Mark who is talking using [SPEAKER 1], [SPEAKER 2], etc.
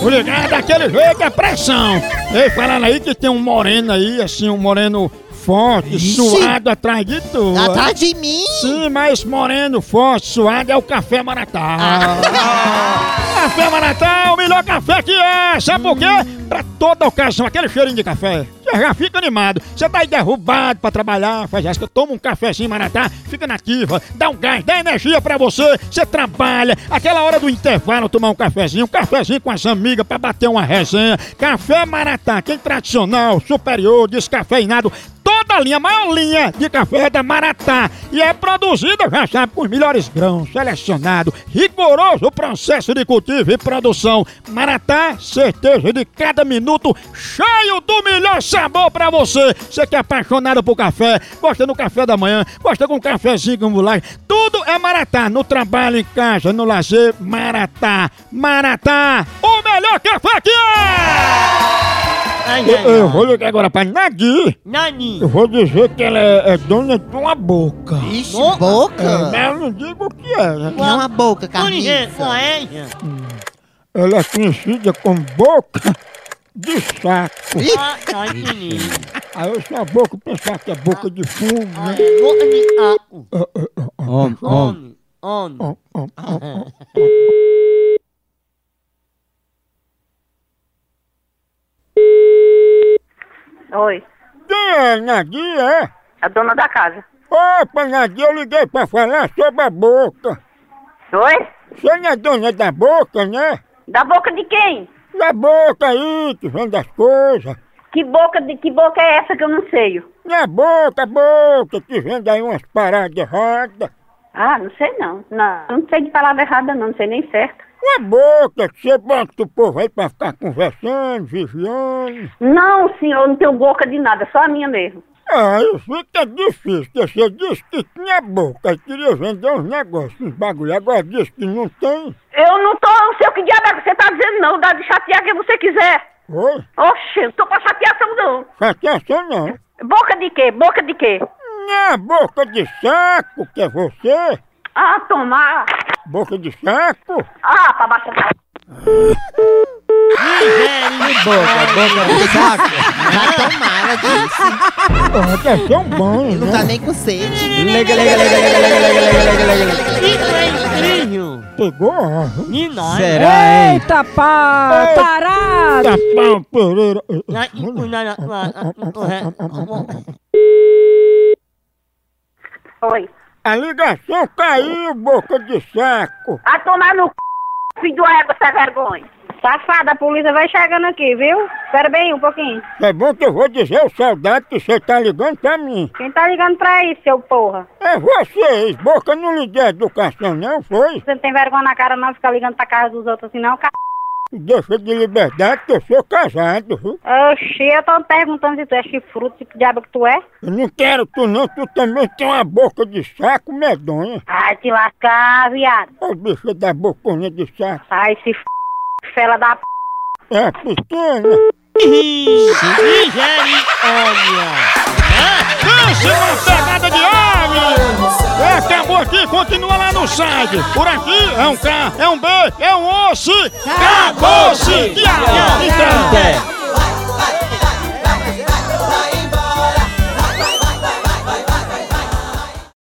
[SPEAKER 1] Mulher, é daquele jeito, é pressão. Ei, falando aí que tem um moreno aí, assim, um moreno forte,
[SPEAKER 2] Ixi. Tá,
[SPEAKER 1] suado atrás de tu.
[SPEAKER 2] Atrás de mim?
[SPEAKER 1] Sim, mas moreno forte, suado é o café Maratá.
[SPEAKER 2] Ah,
[SPEAKER 1] Café Maratá, o melhor café que é. Sabe por quê? Pra toda ocasião, aquele cheirinho de café. Você já fica animado. Você tá aí derrubado pra trabalhar, faz essa. Toma um cafezinho Maratá, fica nativa, dá um gás, dá energia pra você. Você trabalha. Aquela hora do intervalo, tomar um cafezinho, um cafezinho com as amigas pra bater uma resenha. Café Maratá, quem tradicional, superior, descafeinado. Toda a linha, a maior linha de café é da Maratá. E é produzida, já sabe, com os melhores grãos, selecionado, rigoroso processo de cultivo e produção. Maratá, certeza de cada minuto, cheio do melhor sabor pra você. Você que é apaixonado por café, gosta do café da manhã, gosta com um cafezinho com mulagem, tudo é Maratá. No trabalho, em casa, no lazer, Maratá. Maratá, o melhor café que é!
[SPEAKER 2] Ai,
[SPEAKER 1] Eu, eu vou ligar agora pra Nadir.
[SPEAKER 2] Nani.
[SPEAKER 1] Eu vou dizer que ela é, é dona de uma Ah, boca.
[SPEAKER 2] Ixi,
[SPEAKER 1] É,
[SPEAKER 2] boca?
[SPEAKER 1] mas eu não digo o que é, né?
[SPEAKER 2] Não a boca, Carlinhos.
[SPEAKER 1] Ela é conhecida como boca de saco. Aí eu sou a boca, pensar que é boca de fumo,
[SPEAKER 2] Ah.
[SPEAKER 1] né?
[SPEAKER 3] Homem,
[SPEAKER 2] Ah.
[SPEAKER 3] homem.
[SPEAKER 1] Ó, ó, ó.
[SPEAKER 4] Oi,
[SPEAKER 1] Quem é Nadir, é?
[SPEAKER 4] a dona da casa.
[SPEAKER 1] Opa, Nadir, eu liguei pra falar sobre a boca.
[SPEAKER 4] Oi?
[SPEAKER 1] Você não é dona da boca, né?
[SPEAKER 4] Da boca de quem?
[SPEAKER 1] Da boca aí, que vende as coisas.
[SPEAKER 4] Que boca de que boca é essa que eu não sei?
[SPEAKER 1] Na boca, boca, que vende aí umas paradas erradas.
[SPEAKER 4] Ah, não sei não. Não, não sei de palavra errada não, não sei nem certo.
[SPEAKER 1] Uma boca que você bota o povo aí pra ficar conversando, vigiando.
[SPEAKER 4] Não, senhor, eu não tenho boca de nada, só a minha mesmo.
[SPEAKER 1] Ah, isso fica difícil, porque você disse que tinha boca e queria vender uns negócios, uns bagulho. Agora disse que não tem.
[SPEAKER 4] Eu não tô, não sei o que diabo é que você tá dizendo não, dá de chatear quem você quiser.
[SPEAKER 1] Oi?
[SPEAKER 4] Oxe, eu não tô pra chateação não.
[SPEAKER 1] Chateação não.
[SPEAKER 4] Boca de quê? Boca de quê?
[SPEAKER 1] Não, é boca de saco, que é você.
[SPEAKER 4] Ah, tomar.
[SPEAKER 1] Boca de saco.
[SPEAKER 4] Ah, pra baixar.
[SPEAKER 2] Vai tomar, ela disse.
[SPEAKER 1] Porra, deve ser um banho,
[SPEAKER 2] Não tá
[SPEAKER 1] né?
[SPEAKER 2] nem com sede.
[SPEAKER 3] Lega, lega, lega, lega, lega, lega, lega, lega, lega, lega.
[SPEAKER 1] Pegou, ó.
[SPEAKER 3] Será, hein?
[SPEAKER 5] Eita, pá! Tarado!
[SPEAKER 1] Tá pau, pereira.
[SPEAKER 4] Oi.
[SPEAKER 1] A ligação caiu, boca de saco.
[SPEAKER 4] A tomar no c... filho do égua, essa vergonha. Safada, a polícia vai chegando aqui, viu? Espera bem um pouquinho.
[SPEAKER 1] É bom que eu vou dizer o saudade que você tá ligando pra mim.
[SPEAKER 4] Quem tá ligando pra isso, seu porra?
[SPEAKER 1] É vocês, boca não lhe deu educação, não foi?
[SPEAKER 4] Você não tem vergonha na cara não ficar ligando pra casa dos outros assim não, cara?
[SPEAKER 1] Deixa de liberdade que eu sou casado, viu?
[SPEAKER 4] Oxi, eu tô perguntando se tu é chifruto, se que diabo que tu é?
[SPEAKER 1] Eu não quero tu não, tu também tem uma boca de saco medonha.
[SPEAKER 4] Ai, te lascar, viado.
[SPEAKER 1] Ó o bicho da bocona de saco.
[SPEAKER 4] Ai, se f... fela da p...
[SPEAKER 1] É pequena. Pense numa pegada de homem! É, acabou aqui, continua lá no site. Por aqui é um K, é um B, é um osso. Acabou-se! Acabou-se!